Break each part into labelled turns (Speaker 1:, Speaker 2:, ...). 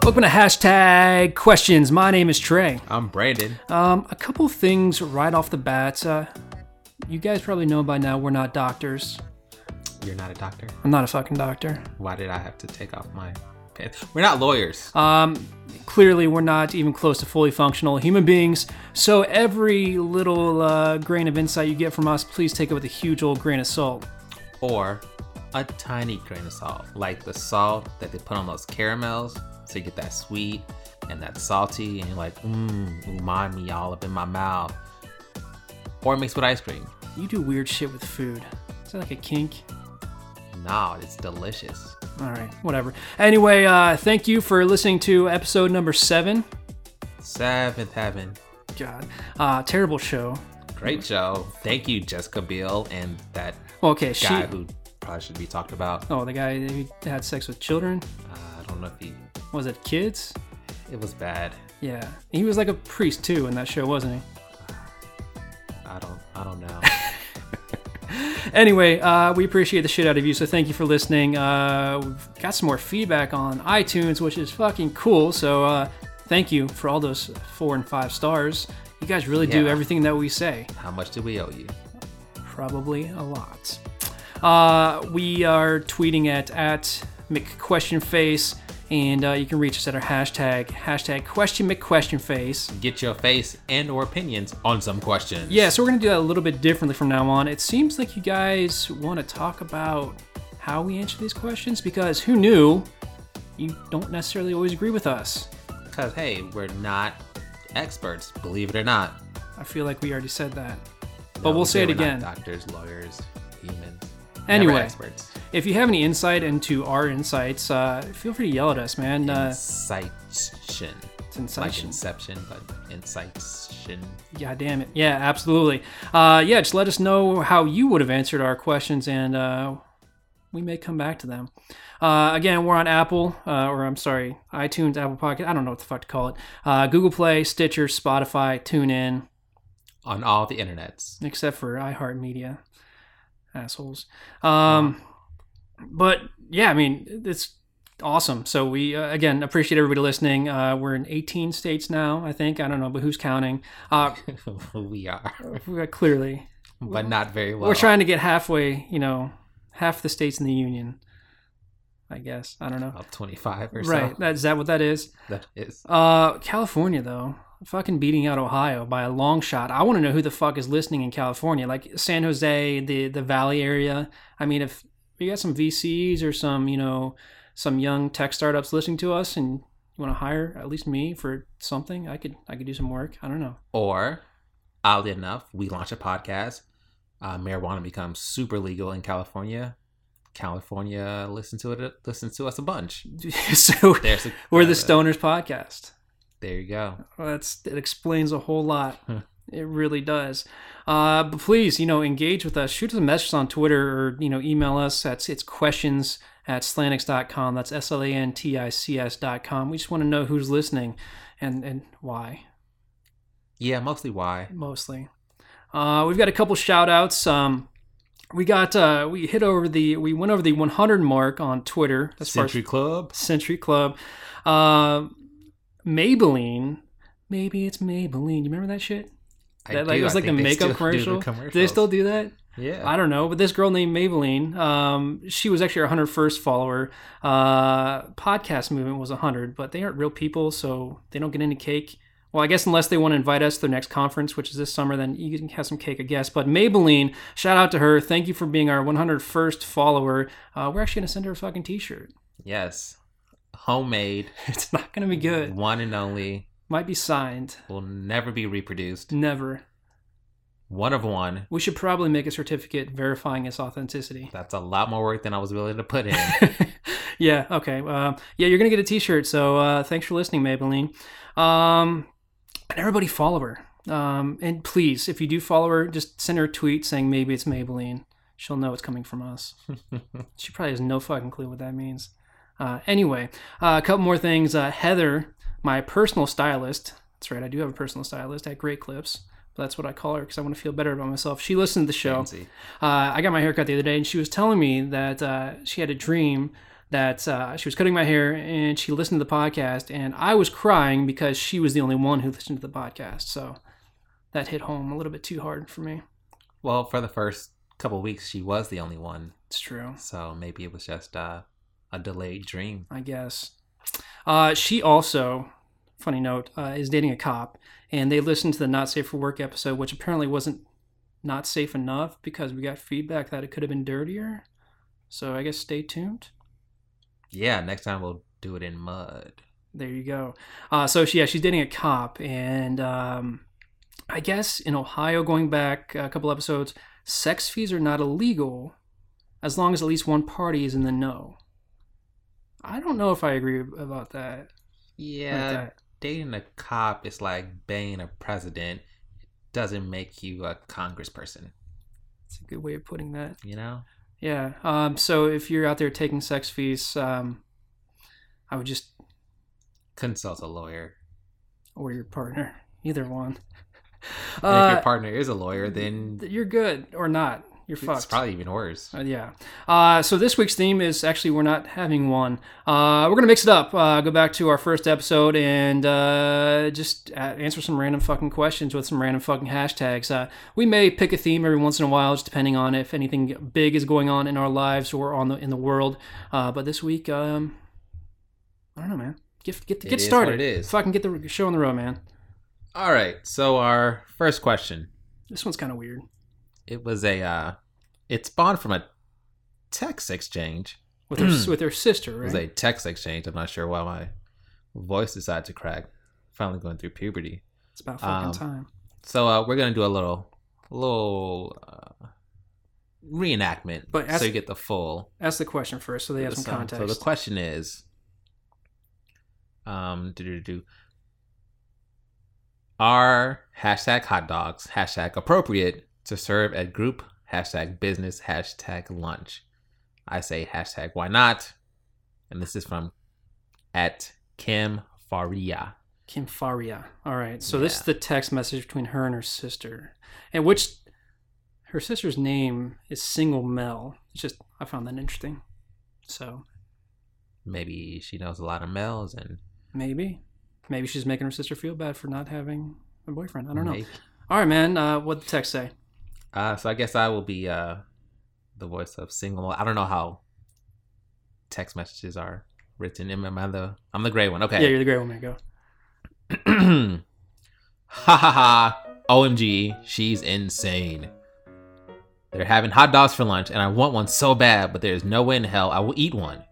Speaker 1: flipping a hashtag questions. My name is Trey.
Speaker 2: I'm Brandon.
Speaker 1: Um, a couple things right off the bat. Uh, you guys probably know by now we're not doctors.
Speaker 2: You're not a doctor.
Speaker 1: I'm not a fucking doctor.
Speaker 2: Why did I have to take off my pants? We're not lawyers.
Speaker 1: Um, clearly, we're not even close to fully functional human beings. So every little uh, grain of insight you get from us, please take it with a huge old grain of salt.
Speaker 2: or a tiny grain of salt, like the salt that they put on those caramels, so you get that sweet and that salty, and you're like, mmm, umami all up in my mouth. Or mixed with ice cream.
Speaker 1: You do weird shit with food. Is that like a kink?
Speaker 2: Nah, it's delicious.
Speaker 1: All right, whatever. Anyway, uh, thank you for listening to episode number seven.
Speaker 2: Seventh Heaven.
Speaker 1: God, uh, terrible show.
Speaker 2: Great show. Thank you, Jessica Biel, and that
Speaker 1: Well, okay, she.
Speaker 2: guy who probably should be talked about.
Speaker 1: Oh, the guy who had sex with children?
Speaker 2: Uh, I don't know if he.
Speaker 1: Was it kids?
Speaker 2: It was bad.
Speaker 1: Yeah. He was like a priest too in that show, wasn't he?
Speaker 2: I don't. I don't know.
Speaker 1: Anyway, uh, we appreciate the shit out of you, so thank you for listening. Uh, we've got some more feedback on iTunes, which is fucking cool, so uh, thank you for all those four and five stars. You guys really do
Speaker 2: Yeah.
Speaker 1: everything that we say.
Speaker 2: How much do we owe you?
Speaker 1: probably a lot. Uh, we are tweeting at at McQuestionface, and uh, you can reach us at our hashtag hashtag Question McQuestionface.
Speaker 2: Get your face and or opinions on some questions.
Speaker 1: Yeah, so we're gonna do that a little bit differently from now on. It seems like you guys want to talk about how we answer these questions because who knew? You don't necessarily always agree with us.
Speaker 2: Because, hey, we're not experts, believe it or not.
Speaker 1: I feel like we already said that, but
Speaker 2: No,
Speaker 1: we'll say it
Speaker 2: we're not
Speaker 1: again.
Speaker 2: doctors, lawyers, humans. never
Speaker 1: Anyway.
Speaker 2: experts.
Speaker 1: If you have any insight into our insights, uh, feel free to yell at us, man. Uh,
Speaker 2: Incitation.
Speaker 1: it's
Speaker 2: Like
Speaker 1: insightful.
Speaker 2: inception, but incitation.
Speaker 1: God damn it. Yeah, absolutely. Uh, yeah, just let us know how you would have answered our questions, and uh, we may come back to them. Uh, again, we're on Apple, uh, or I'm sorry, iTunes, Apple Pocket. I don't know what the fuck to call it. Uh, Google Play, Stitcher, Spotify, TuneIn,
Speaker 2: On all the internets.
Speaker 1: except for iHeartMedia. Assholes. Um, but yeah, I mean, it's awesome. So we uh, again appreciate everybody listening. Uh, we're in 18 states now, I think. I don't know, but who's counting? Uh,
Speaker 2: we are.
Speaker 1: clearly.
Speaker 2: But not very well.
Speaker 1: We're trying to get halfway, you know, half the states in the union. I guess I don't know.
Speaker 2: About 25 or
Speaker 1: Right?
Speaker 2: so.
Speaker 1: That, is that what that is?
Speaker 2: That is.
Speaker 1: Uh, California though, fucking beating out Ohio by a long shot. I want to know who the fuck is listening in California, like San Jose, the the Valley area. I mean, if you got some VCs or some, you know, some young tech startups listening to us, and you want to hire at least me for something, I could I could do some work. I don't know.
Speaker 2: Or, oddly enough, we launch a podcast. Uh, marijuana becomes super legal in California. California listen to it listens to us a bunch.
Speaker 1: so
Speaker 2: There's a,
Speaker 1: we're the
Speaker 2: uh,
Speaker 1: Stoners podcast.
Speaker 2: There you go.
Speaker 1: Well, that's it explains a whole lot.
Speaker 2: Huh.
Speaker 1: It really does. Uh, but please, you know, engage with us. Shoot us a message on Twitter or, you know, email us. That's it's questions at slantix.com. That's S L A N T I C S dot com. We just want to know who's listening and, and why,
Speaker 2: Yeah, mostly why.
Speaker 1: mostly. Uh, we've got a couple shout outs. Um, we got, uh, we hit over the, we went over the 100 mark on Twitter. That's
Speaker 2: Century Club.
Speaker 1: Century Club. Uh, Maybelline. Maybe it's Maybelline. You remember that shit? That, like,
Speaker 2: do.
Speaker 1: it was
Speaker 2: I
Speaker 1: like a
Speaker 2: think they
Speaker 1: makeup
Speaker 2: still do
Speaker 1: commercial.
Speaker 2: the
Speaker 1: Do they still
Speaker 2: commercials.
Speaker 1: do that?
Speaker 2: Yeah.
Speaker 1: I don't know. But this girl named Maybelline, um, she was actually our 101st follower. Uh, podcast movement was 100, but they aren't real people, so they don't get any cake. Well, I guess unless they want to invite us to their next conference, which is this summer, then you can have some cake, I guess. But Maybelline, shout out to her. Thank you for being our 101st follower. Uh, we're actually going to send her a fucking t shirt.
Speaker 2: Yes. Homemade.
Speaker 1: It's not going to be good.
Speaker 2: One and only.
Speaker 1: Might be signed.
Speaker 2: Will never be reproduced.
Speaker 1: Never.
Speaker 2: One of one.
Speaker 1: We should probably make a certificate verifying its authenticity.
Speaker 2: That's a lot more work than I was willing to put in.
Speaker 1: yeah. Okay. Um, yeah, you're gonna get a T-shirt. So uh, thanks for listening, Maybelline, um, and everybody follow her. Um, and please, if you do follow her, just send her a tweet saying maybe it's Maybelline. She'll know it's coming from us. she probably has no fucking clue what that means. Uh, anyway, uh, a couple more things. Uh, Heather, my personal stylist. That's right. I do have a personal stylist at Great Clips. But that's what I call her because I want to feel better about myself. She listened to the show.
Speaker 2: Fancy.
Speaker 1: Uh, I got my haircut the other day, and she was telling me that uh, she had a dream that uh, she was cutting my hair and she listened to the podcast, and I was crying because she was the only one who listened to the podcast. So that hit home a little bit too hard for me.
Speaker 2: Well, for the first couple weeks, she was the only one.
Speaker 1: It's true,
Speaker 2: So maybe it was just uh, a delayed dream.
Speaker 1: I guess. Uh, she also, funny note, uh, is dating a cop, and they listened to the Not Safe for Work episode, which apparently wasn't not safe enough because we got feedback that it could have been dirtier. So I guess stay tuned.
Speaker 2: Yeah, next time we'll do it in mud.
Speaker 1: There you go. Uh, so she, yeah, she's dating a cop, and um, I guess in Ohio, going back a couple episodes, sex fees are not illegal as long as at least one party is in the know. I don't know if I agree about that. like
Speaker 2: Yeah,
Speaker 1: that.
Speaker 2: dating a cop is like being a president. It doesn't make you a congressperson,
Speaker 1: It's a good way of putting that.
Speaker 2: you know?
Speaker 1: Yeah. Um, so if you're out there taking sex fees, um, I would just
Speaker 2: Consult a lawyer.
Speaker 1: or your partner, either one.
Speaker 2: And if your
Speaker 1: Uh,
Speaker 2: partner is a lawyer, then
Speaker 1: you're good or not. You're
Speaker 2: it's
Speaker 1: fucked.
Speaker 2: probably even worse.
Speaker 1: Uh, yeah. Uh, so this week's theme is actually we're not having one. Uh, we're gonna mix it up. Uh, go back to our first episode and uh, just uh, answer some random fucking questions with some random fucking hashtags. Uh, we may pick a theme every once in a while, just depending on if anything big is going on in our lives or on the in the world. Uh, but this week, um, I don't know, man. Get get
Speaker 2: It
Speaker 1: get
Speaker 2: is
Speaker 1: started.
Speaker 2: what it is.
Speaker 1: Fucking get the show on the road, man.
Speaker 2: All right, so our first question.
Speaker 1: This one's kind of weird.
Speaker 2: It was a, uh, it spawned from a text exchange.
Speaker 1: With her with her sister,
Speaker 2: It
Speaker 1: right?
Speaker 2: was a text exchange. I'm not sure why my voice decided to crack. Finally going through puberty.
Speaker 1: it's about fucking
Speaker 2: um,
Speaker 1: time.
Speaker 2: So uh, we're gonna do a little, little uh, reenactment,
Speaker 1: But
Speaker 2: so
Speaker 1: ask-
Speaker 2: you get the full.
Speaker 1: Ask the question first, so they have some
Speaker 2: so-
Speaker 1: context.
Speaker 2: So the question is, um, do do do. Are hashtag hot dogs hashtag appropriate to serve at group hashtag business hashtag lunch? I say hashtag why not, and this is from at Kim Faria.
Speaker 1: Kim Faria. All right. So this is
Speaker 2: Yeah.
Speaker 1: the text message between her and her sister, and which her sister's name is Single Mel. It's just I found that interesting. So
Speaker 2: Maybe she knows a lot of males and
Speaker 1: maybe, maybe she's making her sister feel bad for not having a boyfriend. I don't know.
Speaker 2: maybe-
Speaker 1: All right, man. Uh, what the text say?
Speaker 2: Uh, so I guess I will be uh, the voice of single. I don't know how text messages are written. Am, am I the? I'm the gray one.
Speaker 1: Yeah,
Speaker 2: Okay.
Speaker 1: you're the great woman. Go.
Speaker 2: ha ha ha! Omg, she's insane. They're having hot dogs for lunch, and I want one so bad, but there's no way in hell I will eat one.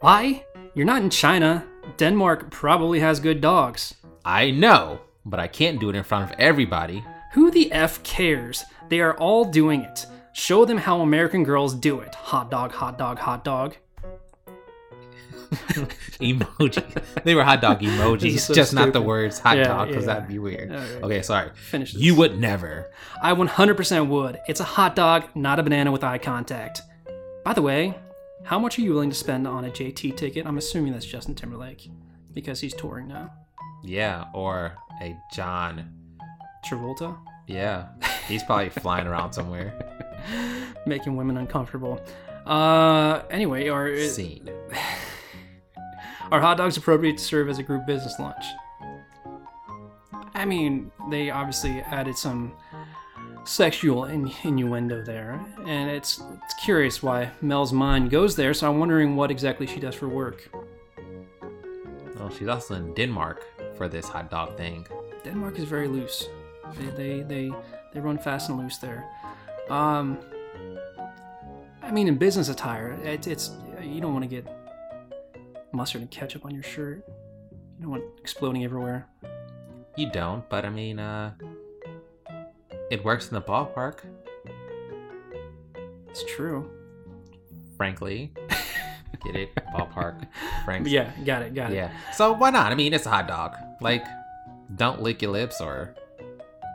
Speaker 1: Why? You're not in China. Denmark probably has good dogs.
Speaker 2: I know, but I can't do it in front of everybody.
Speaker 1: Who the F cares? They are all doing it. Show them how American girls do it. Hot dog, hot dog, hot dog.
Speaker 2: emoji. they were hot dog emojis,
Speaker 1: This is so
Speaker 2: just not the
Speaker 1: stupid.
Speaker 2: words hot
Speaker 1: Yeah,
Speaker 2: dog, because
Speaker 1: yeah.
Speaker 2: that'd be weird.
Speaker 1: All right.
Speaker 2: Okay, sorry.
Speaker 1: Finish this.
Speaker 2: You would never.
Speaker 1: I 100% would. It's a hot dog, not a banana with eye contact. By the way, how much are you willing to spend on a JT ticket? I'm assuming that's Justin Timberlake because he's touring uh, now.
Speaker 2: Yeah, or a John.
Speaker 1: Travolta?
Speaker 2: Yeah, he's probably flying around somewhere.
Speaker 1: Making women uncomfortable. Uh, anyway, are,
Speaker 2: Scene.
Speaker 1: are hot dogs appropriate to serve as a group business lunch? I mean, they obviously added some sexual in- innuendo there, and it's, it's curious why Mel's mind goes there, so I'm wondering what exactly she does for work.
Speaker 2: Well, she's also in Denmark for this hot dog thing.
Speaker 1: Denmark is very loose. They they they, they run fast and loose there. Um, I mean, in business attire, it, it's you don't want to get mustard and ketchup on your shirt. You don't want it exploding everywhere.
Speaker 2: You don't, but I mean, uh, it works in the ballpark,
Speaker 1: It's true.
Speaker 2: frankly. Get it? Ballpark. Frankly.
Speaker 1: Yeah, got it, got it.
Speaker 2: Yeah. So why not? I mean, it's a hot dog. Like, don't lick your lips or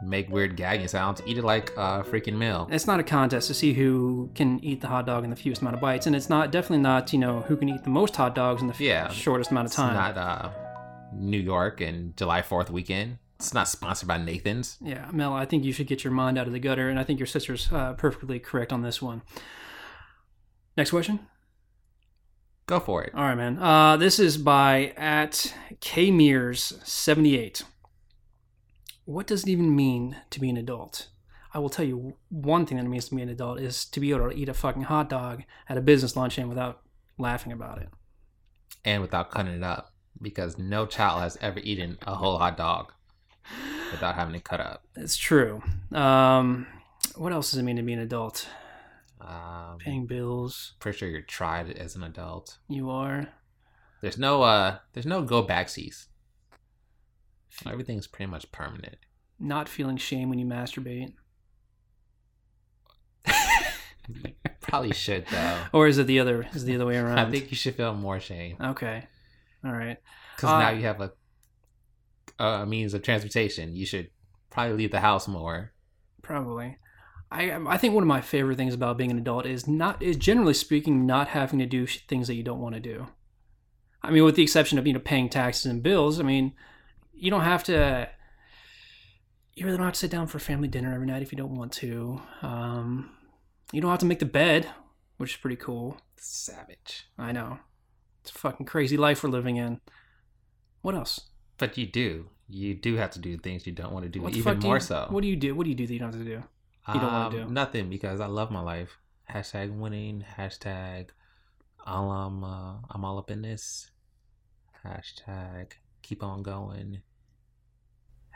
Speaker 2: make weird gagging sounds. Eat it like a freaking meal.
Speaker 1: It's not a contest to see who can eat the hot dog in the fewest amount of bites, and it's not definitely not you know who can eat the most hot dogs in the f-
Speaker 2: Yeah.
Speaker 1: shortest amount of
Speaker 2: It's
Speaker 1: time.
Speaker 2: not uh, New York and July 4th weekend. It's not sponsored by Nathan's.
Speaker 1: Yeah, Mel, I think you should get your mind out of the gutter, and I think your sister's uh, perfectly correct on this one. Next question.
Speaker 2: Go for it.
Speaker 1: All right, man. Uh, this is by at kmears78. What does it even mean to be an adult? I will tell you one thing that it means to be an adult is to be able to eat a fucking hot dog at a business luncheon without laughing about it.
Speaker 2: And without cutting it up, because no child has ever eaten a whole hot dog without having to cut up.
Speaker 1: It's true. Um, what else does it mean to be an adult?
Speaker 2: Um,
Speaker 1: Paying bills.
Speaker 2: pretty sure you're tried as an adult.
Speaker 1: You are.
Speaker 2: There's no uh, there's no go backsies. Everything's pretty much permanent.
Speaker 1: Not feeling shame when you masturbate.
Speaker 2: Probably should though.
Speaker 1: Or is it the other? Is it the other way around?
Speaker 2: I think you should feel more shame
Speaker 1: Okay. All right.
Speaker 2: because
Speaker 1: Uh,
Speaker 2: now you have a, a means of transportation. You should probably leave the house more.
Speaker 1: Probably. I um, I think one of my favorite things about being an adult is not is generally speaking not having to do sh- things that you don't want to do. I mean, with the exception of you know paying taxes and bills. I mean, you don't have to. You really don't have to sit down for family dinner every night if you don't want to. Um, you don't have to make the bed, which is pretty cool.
Speaker 2: Savage,
Speaker 1: I know. It's a fucking crazy life we're living in. What else?
Speaker 2: but you do. You do have to do things you don't want to do,
Speaker 1: What the
Speaker 2: even
Speaker 1: fuck do
Speaker 2: more
Speaker 1: you-
Speaker 2: so. Um,
Speaker 1: What do you do? What do you do that you don't have to do? you don't wanna do?
Speaker 2: Nothing because I love my life. Hashtag winning. Hashtag all I'm, uh, I'm all up in this. Hashtag keep on going.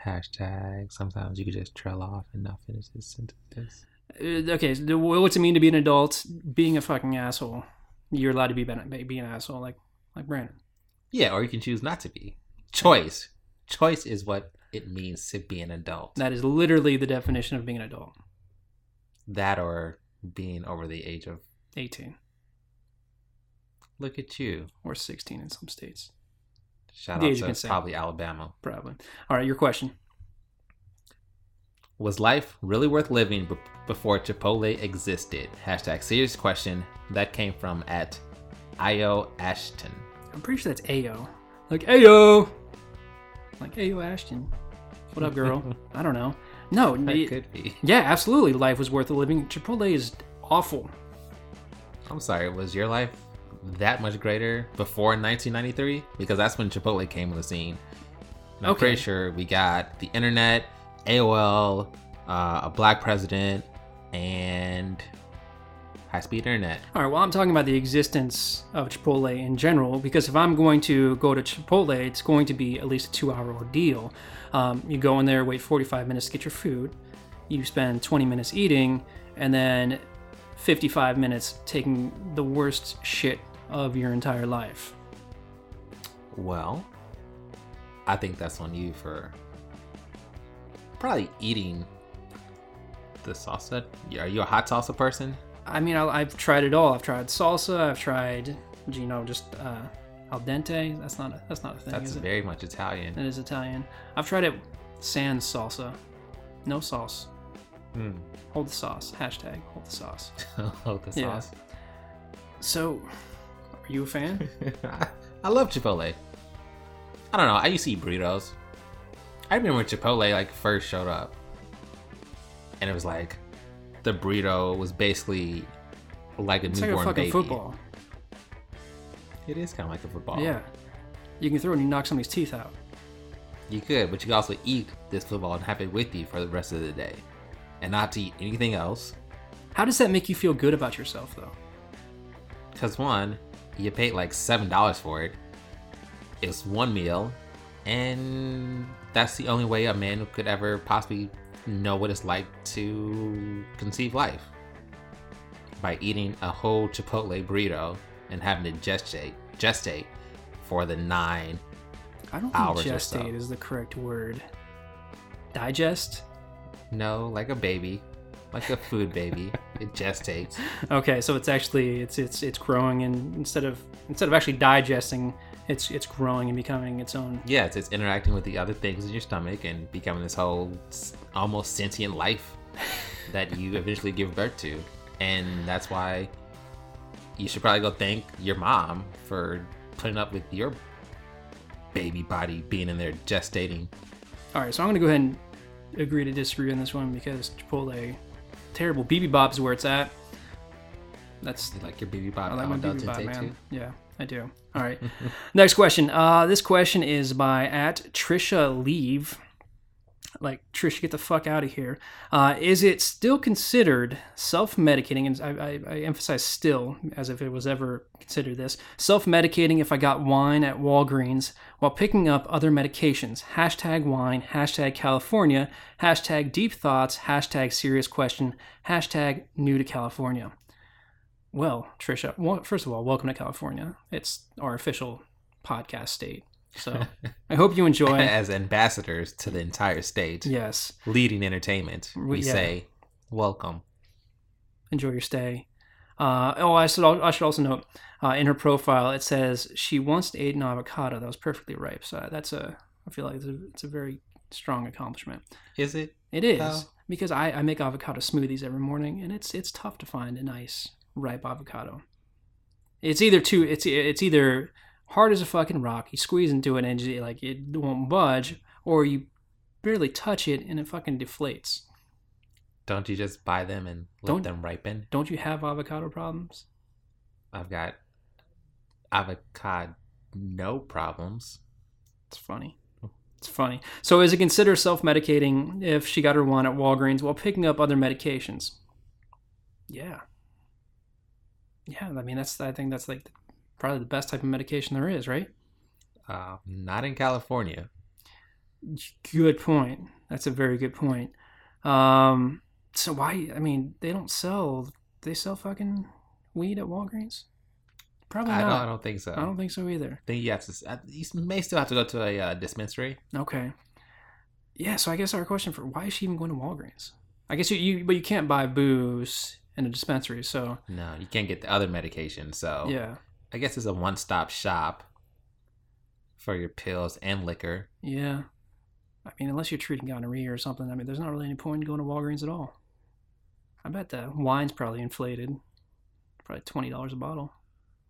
Speaker 2: Hashtag sometimes you could just trail off and not finish this sentence.
Speaker 1: Uh, okay, so the- what's it mean to be an adult? Being a fucking asshole. You're allowed to be ben- be an asshole, like like Brandon.
Speaker 2: Yeah, or you can choose not to be. Choice. Choice is what it means to be an adult.
Speaker 1: That is literally the definition of being an adult.
Speaker 2: That or being over the age of
Speaker 1: Eighteen
Speaker 2: look at you.
Speaker 1: or sixteen in some states,
Speaker 2: Shout
Speaker 1: The age of
Speaker 2: out to
Speaker 1: consent.
Speaker 2: probably Alabama.
Speaker 1: probably. All right, your question.
Speaker 2: Was life really worth living b- before Chipotle existed? Hashtag serious question that came from at Io Ashton.
Speaker 1: I'm pretty sure that's Ayo. Like Ayo. Like Ayo Ashton. What up, girl? I don't know. No.
Speaker 2: That
Speaker 1: y-
Speaker 2: could be.
Speaker 1: yeah, absolutely. Life was worth a living. Chipotle is awful.
Speaker 2: I'm sorry, was your life that much greater before 1993? Because that's when Chipotle came on the scene. And I'm
Speaker 1: Okay.
Speaker 2: pretty sure we got the internet, AOL, uh, a black president, and high speed internet.
Speaker 1: All right, well, I'm talking about the existence of Chipotle in general because if I'm going to go to Chipotle, it's going to be at least a two hour ordeal. Um, you go in there, wait 45 minutes to get your food, you spend 20 minutes eating, and then 55 minutes taking the worst shit of your entire life.
Speaker 2: Well, I think that's on you for probably eating the salsa. Are you a hot salsa person?
Speaker 1: I mean, I, I've tried it all. I've tried salsa, I've tried, you know, just uh, al dente. That's not a, that's not a thing,
Speaker 2: That's
Speaker 1: is it?
Speaker 2: very much Italian.
Speaker 1: That is Italian. I've tried it sans salsa, no sauce.
Speaker 2: Mm.
Speaker 1: Hold the sauce. Hashtag hold the sauce.
Speaker 2: oh, the
Speaker 1: Yeah.
Speaker 2: sauce.
Speaker 1: So, are you a fan?
Speaker 2: I love Chipotle. I don't know. I used to eat burritos. I remember when Chipotle like first showed up, and it was like the burrito was basically like a
Speaker 1: It's like a
Speaker 2: newborn
Speaker 1: fucking
Speaker 2: baby.
Speaker 1: football.
Speaker 2: It is kind of like a football.
Speaker 1: Yeah. You can throw it and you knock somebody's teeth out.
Speaker 2: you could, but you could also eat this football and have it with you for the rest of the day, and not to eat anything else.
Speaker 1: How does that make you feel good about yourself, though?
Speaker 2: Cause one, you paid like seven dollars for it. It's one meal, and that's the only way a man could ever possibly know what it's like to conceive life by eating a whole Chipotle burrito and having to gestate, gestate for the nine.
Speaker 1: I don't think
Speaker 2: Hours or so.
Speaker 1: gestate is the correct word. Digest?
Speaker 2: No, like a baby, like a food baby. It gestates.
Speaker 1: Okay, so it's actually it's it's it's growing and instead of instead of actually digesting, it's it's growing and becoming its own.
Speaker 2: Yeah, it's, it's interacting with the other things in your stomach and becoming this whole s- almost sentient life that you eventually give birth to. And that's why you should probably go thank your mom for putting up with your baby body being in there gestating.
Speaker 1: All right, so I'm gonna go ahead and agree to disagree on this one because Chipotle, terrible. BB Bob's where it's at. That's
Speaker 2: You like your baby
Speaker 1: I
Speaker 2: body
Speaker 1: like my
Speaker 2: all
Speaker 1: BB
Speaker 2: adults and
Speaker 1: Bop,
Speaker 2: take
Speaker 1: man.
Speaker 2: too?
Speaker 1: Yeah, I do. All right. Next question. Uh, this question is by at Trisha Leave. Like Trisha, get the fuck out of here. Uh, is it still considered self-medicating? And I, I, I emphasize still, as if it was ever considered this self-medicating. If I got wine at Walgreens while picking up other medications, hashtag wine, hashtag California, hashtag deep thoughts, hashtag serious question, hashtag new to California. Well, Trisha, well, first of all, welcome to California. It's our official podcast state. So I hope you enjoy.
Speaker 2: As ambassadors to the entire state,
Speaker 1: yes,
Speaker 2: leading entertainment, we
Speaker 1: yeah.
Speaker 2: say, welcome.
Speaker 1: enjoy your stay. Uh, oh, I should, al- I should also note uh, in her profile it says she once ate an avocado that was perfectly ripe. So uh, that's a I feel like it's a, it's a very strong accomplishment.
Speaker 2: Is it?
Speaker 1: It is
Speaker 2: Oh.
Speaker 1: because I, I make avocado smoothies every morning, and it's it's tough to find a nice ripe avocado. It's either too it's it's either hard as a fucking rock. You squeeze into it and you, like it won't budge, or you barely touch it and it fucking deflates.
Speaker 2: Don't you just buy them and let
Speaker 1: Don't-
Speaker 2: them ripen?
Speaker 1: Don't you have avocado problems?
Speaker 2: I've got avocado no problems.
Speaker 1: It's funny. It's funny. So is it considered self-medicating if she got her one at Walgreens while picking up other medications? Yeah. Yeah, I mean that's I think that's like probably the best type of medication there is, right?
Speaker 2: Uh, not in California.
Speaker 1: Good point. That's a very good point. Um, so why? I mean, they don't sell. They sell fucking weed at Walgreens. Probably
Speaker 2: I don't, I
Speaker 1: not.
Speaker 2: don't think so.
Speaker 1: I don't, think so either.
Speaker 2: think you have to. uh, You may still have to go to a uh, dispensary.
Speaker 1: Okay. Yeah. So I guess our question for why is she even going to Walgreens? I guess you, you but you can't buy booze in a dispensary. So
Speaker 2: No, you can't get the other medication. So
Speaker 1: yeah,
Speaker 2: I guess it's a one-stop shop for your pills and liquor.
Speaker 1: yeah. I mean, unless you're treating gonorrhea or something. I mean, there's not really any point in going to Walgreens at all. I bet the wine's probably inflated. Probably twenty dollars a bottle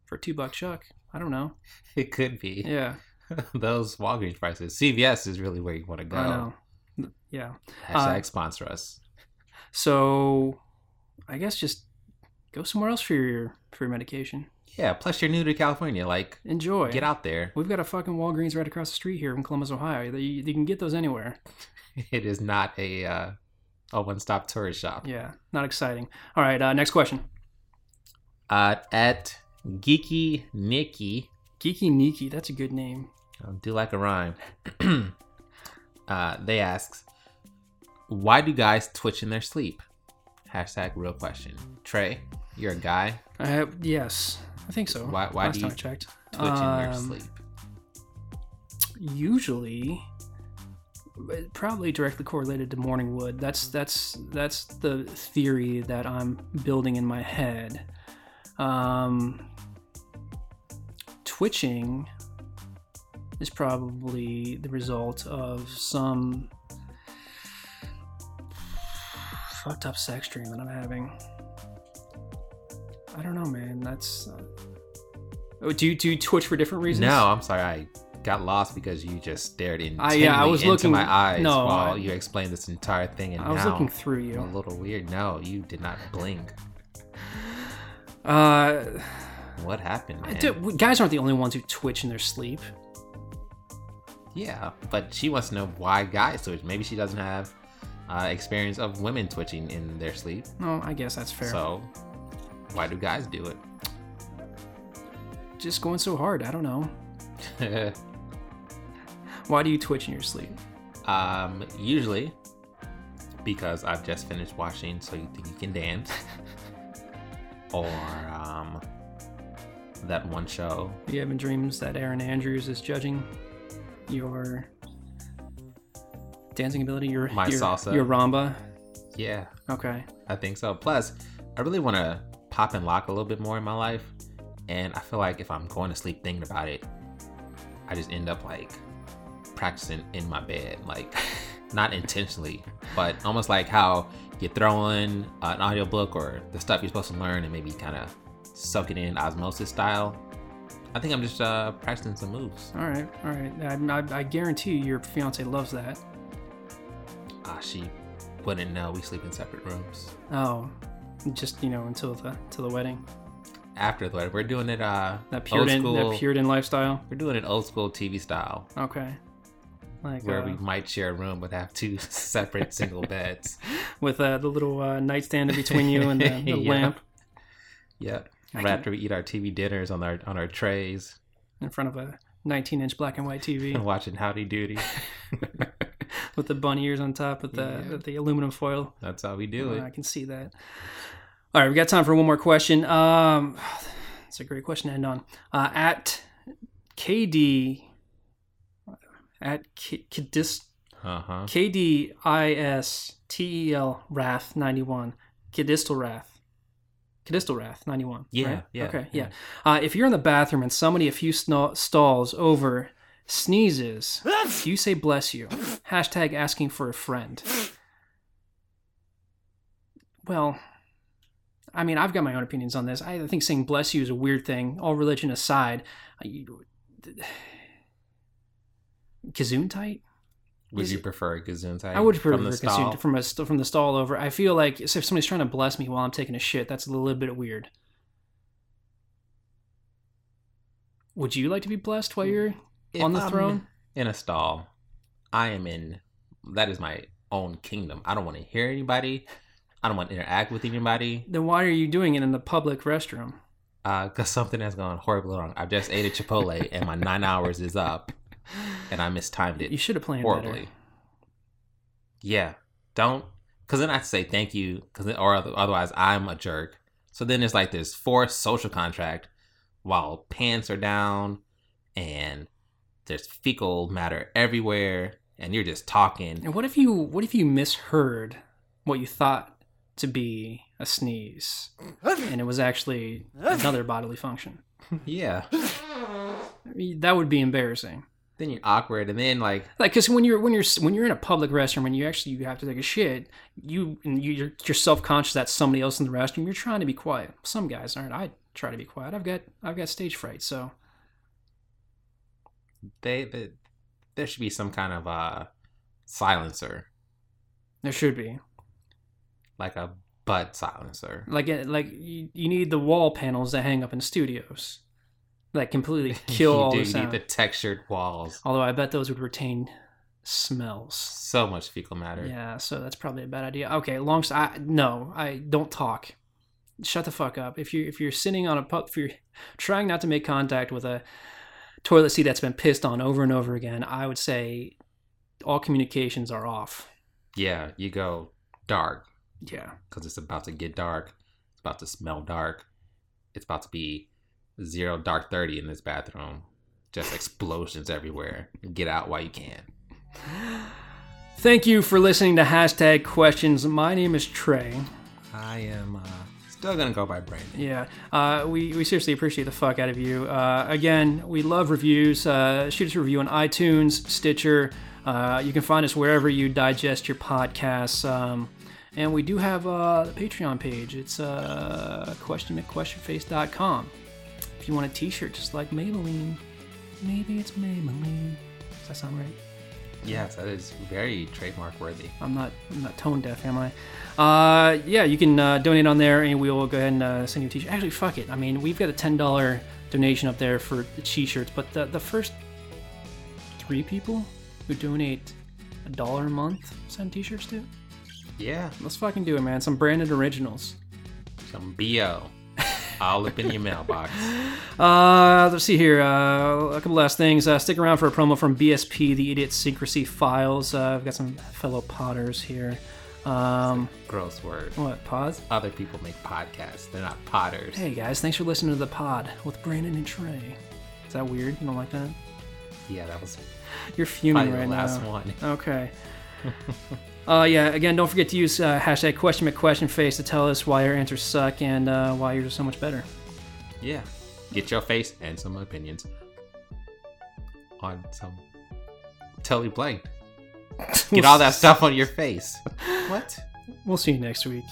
Speaker 1: for a two buck chuck. I don't know.
Speaker 2: It could be
Speaker 1: Yeah,
Speaker 2: those Walgreens prices. CVS is really where you want to
Speaker 1: I
Speaker 2: go.
Speaker 1: know. Yeah.
Speaker 2: Hashtag
Speaker 1: Uh,
Speaker 2: sponsor us.
Speaker 1: So, I guess just go somewhere else for your for your medication.
Speaker 2: Yeah. Plus, you're new to California. Like,
Speaker 1: Enjoy.
Speaker 2: get out there.
Speaker 1: We've got a fucking Walgreens right across the street here in Columbus, Ohio. They, you can get those anywhere.
Speaker 2: It is not a uh, a one-stop tourist shop.
Speaker 1: Yeah, not exciting. All right, uh, next question.
Speaker 2: Uh, at Geeky Nikki.
Speaker 1: Geeky Niki, that's a good name.
Speaker 2: I do like a rhyme. uh, they asks, why do guys twitch in their sleep? Hashtag real question. Trey, you're a guy
Speaker 1: I have, Uh, yes, I think so.
Speaker 2: Why- why
Speaker 1: Last
Speaker 2: do
Speaker 1: time
Speaker 2: you
Speaker 1: I checked.
Speaker 2: twitching in your
Speaker 1: Um,
Speaker 2: sleep.
Speaker 1: Usually, but probably directly correlated to morning wood. That's that's that's the theory that I'm building in my head. Um, twitching is probably the result of some fucked up sex dream that I'm having. I don't know, man. That's. Uh... Oh, do you do you twitch for different reasons?
Speaker 2: No, I'm sorry. I got lost because you just stared in
Speaker 1: I- yeah, I was
Speaker 2: into
Speaker 1: looking-
Speaker 2: my eyes
Speaker 1: no,
Speaker 2: while
Speaker 1: I-
Speaker 2: you explained this entire thing, and
Speaker 1: I was
Speaker 2: now
Speaker 1: looking through you.
Speaker 2: I'm a little weird. No, you did not blink.
Speaker 1: Uh,
Speaker 2: What happened,
Speaker 1: I
Speaker 2: man?
Speaker 1: do- w- guys aren't the only ones who twitch in their sleep.
Speaker 2: Yeah, but she wants to know why guys twitch. Maybe she doesn't have uh, experience of women twitching in their sleep.
Speaker 1: No, I guess that's fair.
Speaker 2: So, why do guys do
Speaker 1: Just going so hard. I don't know.
Speaker 2: it?
Speaker 1: Why do you twitch in your sleep?
Speaker 2: um, usually, because I've just finished washing, so you think you can dance, or um, that one show.
Speaker 1: You having dreams that Aaron Andrews is judging your dancing ability, your
Speaker 2: My
Speaker 1: your,
Speaker 2: salsa.
Speaker 1: your rumba.
Speaker 2: Yeah,
Speaker 1: Okay.
Speaker 2: I think so. Plus, I really want to pop and lock a little bit more in my life, and I feel like if I'm going to sleep thinking about it, I just end up like practicing in my bed, like not intentionally, but almost like how you throw in an audiobook or the stuff you're supposed to learn and maybe kind of soak it in osmosis style. I think I'm just uh, practicing some moves.
Speaker 1: All right. All right. I, I, I guarantee you, your fiance loves that.
Speaker 2: Ah, she wouldn't know we sleep in separate rooms.
Speaker 1: Oh, just you know until the till the wedding.
Speaker 2: after the wedding. We're doing it uh
Speaker 1: That Puritan,
Speaker 2: old school.
Speaker 1: that Puritan lifestyle.
Speaker 2: we're doing it old school TV style,
Speaker 1: Okay. Like
Speaker 2: where
Speaker 1: uh,
Speaker 2: we might share a room but have two separate single beds.
Speaker 1: with uh, the little uh, nightstand in between you and the, the
Speaker 2: Yeah.
Speaker 1: lamp
Speaker 2: Yep.
Speaker 1: I
Speaker 2: right
Speaker 1: can-
Speaker 2: after we eat our TV dinners on our on our trays
Speaker 1: in front of a 19-inch black and white
Speaker 2: and
Speaker 1: TV
Speaker 2: watching Howdy Doody.
Speaker 1: with the bunny ears on top with the
Speaker 2: Yeah.
Speaker 1: with the aluminum foil.
Speaker 2: That's how we do
Speaker 1: Uh, I
Speaker 2: it.
Speaker 1: can see that. All right, we got time for one more question. Um, it's a great question to end on. Uh, at KD at K- Kdis-
Speaker 2: Uh huh.
Speaker 1: KDISTEL E Wrath 91. Kadistel Wrath. Kadistel Wrath 91.
Speaker 2: Yeah,
Speaker 1: right?
Speaker 2: yeah,
Speaker 1: Okay, yeah. Uh, if you're in the bathroom and somebody a few sno- stalls over sneezes, you say bless you. Hashtag asking for a friend. Well, I mean, I've got my own opinions on this. I think saying bless you is a weird thing, all religion aside. Uh, you- Gesundheit?
Speaker 2: Would
Speaker 1: Is
Speaker 2: you
Speaker 1: it-
Speaker 2: prefer a gazoon type?
Speaker 1: I would
Speaker 2: from
Speaker 1: prefer
Speaker 2: the
Speaker 1: consumed
Speaker 2: stall?
Speaker 1: from a st- from the stall over. I feel like if somebody's trying to bless me while I'm taking a shit, that's a little bit weird. Would you like to be blessed while you're
Speaker 2: Mm, If
Speaker 1: on the
Speaker 2: I'm
Speaker 1: throne?
Speaker 2: in a stall. I am in. That is my own kingdom. I don't want to hear anybody. I don't want to interact with anybody.
Speaker 1: Then why are you doing it in the public restroom?
Speaker 2: Uh, cause something has gone horribly wrong. I've just ate at Chipotle and my nine hours is up, and I mistimed
Speaker 1: You
Speaker 2: it
Speaker 1: should have planned
Speaker 2: horribly.
Speaker 1: better.
Speaker 2: Yeah, don't. Cause then I say thank you. Cause then, or other- otherwise I'm a jerk. So then it's like this forced social contract, while pants are down, and there's fecal matter everywhere, and you're just talking.
Speaker 1: And what if you what if you misheard what you thought to be a sneeze, and it was actually another bodily function?
Speaker 2: Yeah.
Speaker 1: I mean, that would be embarrassing.
Speaker 2: Then you're awkward, and then like
Speaker 1: like because when you're when you're when you're in a public restroom and you actually you have to take a shit you and you you're, you're self-conscious that somebody else in the restroom you're trying to be quiet some guys aren't i try to be quiet i've got i've got stage fright so
Speaker 2: they, they there should be some kind of uh silencer,
Speaker 1: there should be
Speaker 2: like a butt silencer.
Speaker 1: like it- like you, you need the wall panels that hang up in studios that completely kill
Speaker 2: you
Speaker 1: all
Speaker 2: do
Speaker 1: the
Speaker 2: need
Speaker 1: sound
Speaker 2: the textured walls.
Speaker 1: although i bet those would retain smells
Speaker 2: So much fecal matter.
Speaker 1: yeah so that's probably a bad idea okay long s- I, no i don't talk shut the fuck up if you're if you're sitting on a pu- if you're trying not to make contact with a toilet seat that's been pissed on over and over again i would say all communications are off
Speaker 2: Yeah, you go dark
Speaker 1: yeah
Speaker 2: because it's about to get dark. It's about to smell dark. It's about to be zero dark thirty in this bathroom. Just explosions everywhere. Get out while you can.
Speaker 1: thank you for listening to hashtag questions my name is trey
Speaker 2: I am uh, still gonna go by Brandon.
Speaker 1: Yeah, uh, we, we seriously appreciate the fuck out of you. Uh, again, we love reviews. Uh, shoot us a review on iTunes, Stitcher. Uh, you can find us wherever you digest your podcasts. Um, and we do have uh, the Patreon page. It's uh, questionmcquestionface.com. If you want a t-shirt just like Maybelline, maybe it's Maybelline. Does that sound right?
Speaker 2: Yes, that is very trademark worthy.
Speaker 1: I'm not I'm not tone deaf, am I? Uh, yeah, you can uh, donate on there, and we will go ahead and uh, send you a t-shirt. Actually, fuck it. I mean, we've got a ten dollar donation up there for the t-shirts, but the the first three people who donate a dollar a month send t-shirts to.
Speaker 2: Yeah,
Speaker 1: Let's fucking do it, man. Some branded originals.
Speaker 2: some bo all up in your mailbox.
Speaker 1: Uh, let's see here. Uh, a couple last things. Uh, stick around for a promo from BSP, the Idiot Secrecy Files. Uh, I've got some fellow Potters here. Um,
Speaker 2: Gross word.
Speaker 1: what? Pause.
Speaker 2: Other people make podcasts. They're not potters.
Speaker 1: Hey guys, thanks for listening to the pod with Brandon and Trey. Is that weird? You don't like that?
Speaker 2: Yeah, that was
Speaker 1: You're fuming
Speaker 2: probably
Speaker 1: right
Speaker 2: the last
Speaker 1: now.
Speaker 2: one.
Speaker 1: Okay. uh, yeah. Again, don't forget to use uh, hashtag question question face to tell us why your answers suck and uh, why yours are so much better.
Speaker 2: Yeah. Get your face and some opinions on some. Totally blanked. Get all that stuff on your face. What?
Speaker 1: We'll see you next week.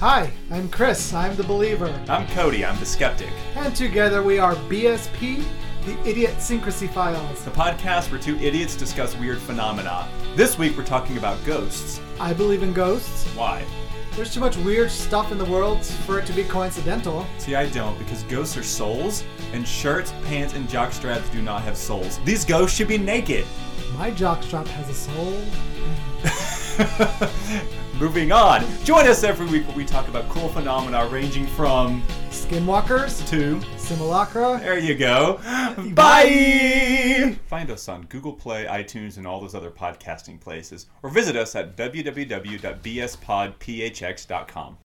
Speaker 3: Hi, I'm Chris. I'm the believer.
Speaker 4: I'm Cody. I'm the skeptic.
Speaker 3: And together we are BSP, the Idiosyncrasy Files.
Speaker 4: The podcast where two idiots discuss weird phenomena. This week we're talking about ghosts.
Speaker 3: I believe in ghosts.
Speaker 4: Why?
Speaker 3: There's too much weird stuff in the world for it to be coincidental.
Speaker 4: See, I don't, because ghosts are souls, and shirts, pants, and jockstraps do not have souls. These ghosts should be naked.
Speaker 3: My jockstrap has a soul.
Speaker 4: Moving on. Join us every week where we talk about cool phenomena ranging from
Speaker 3: Skinwalkers,
Speaker 4: to.
Speaker 3: simulacra.
Speaker 4: There you go. Bye. Find us on Google Play, iTunes, and all those other podcasting places, or visit us at www.bspodphx.com.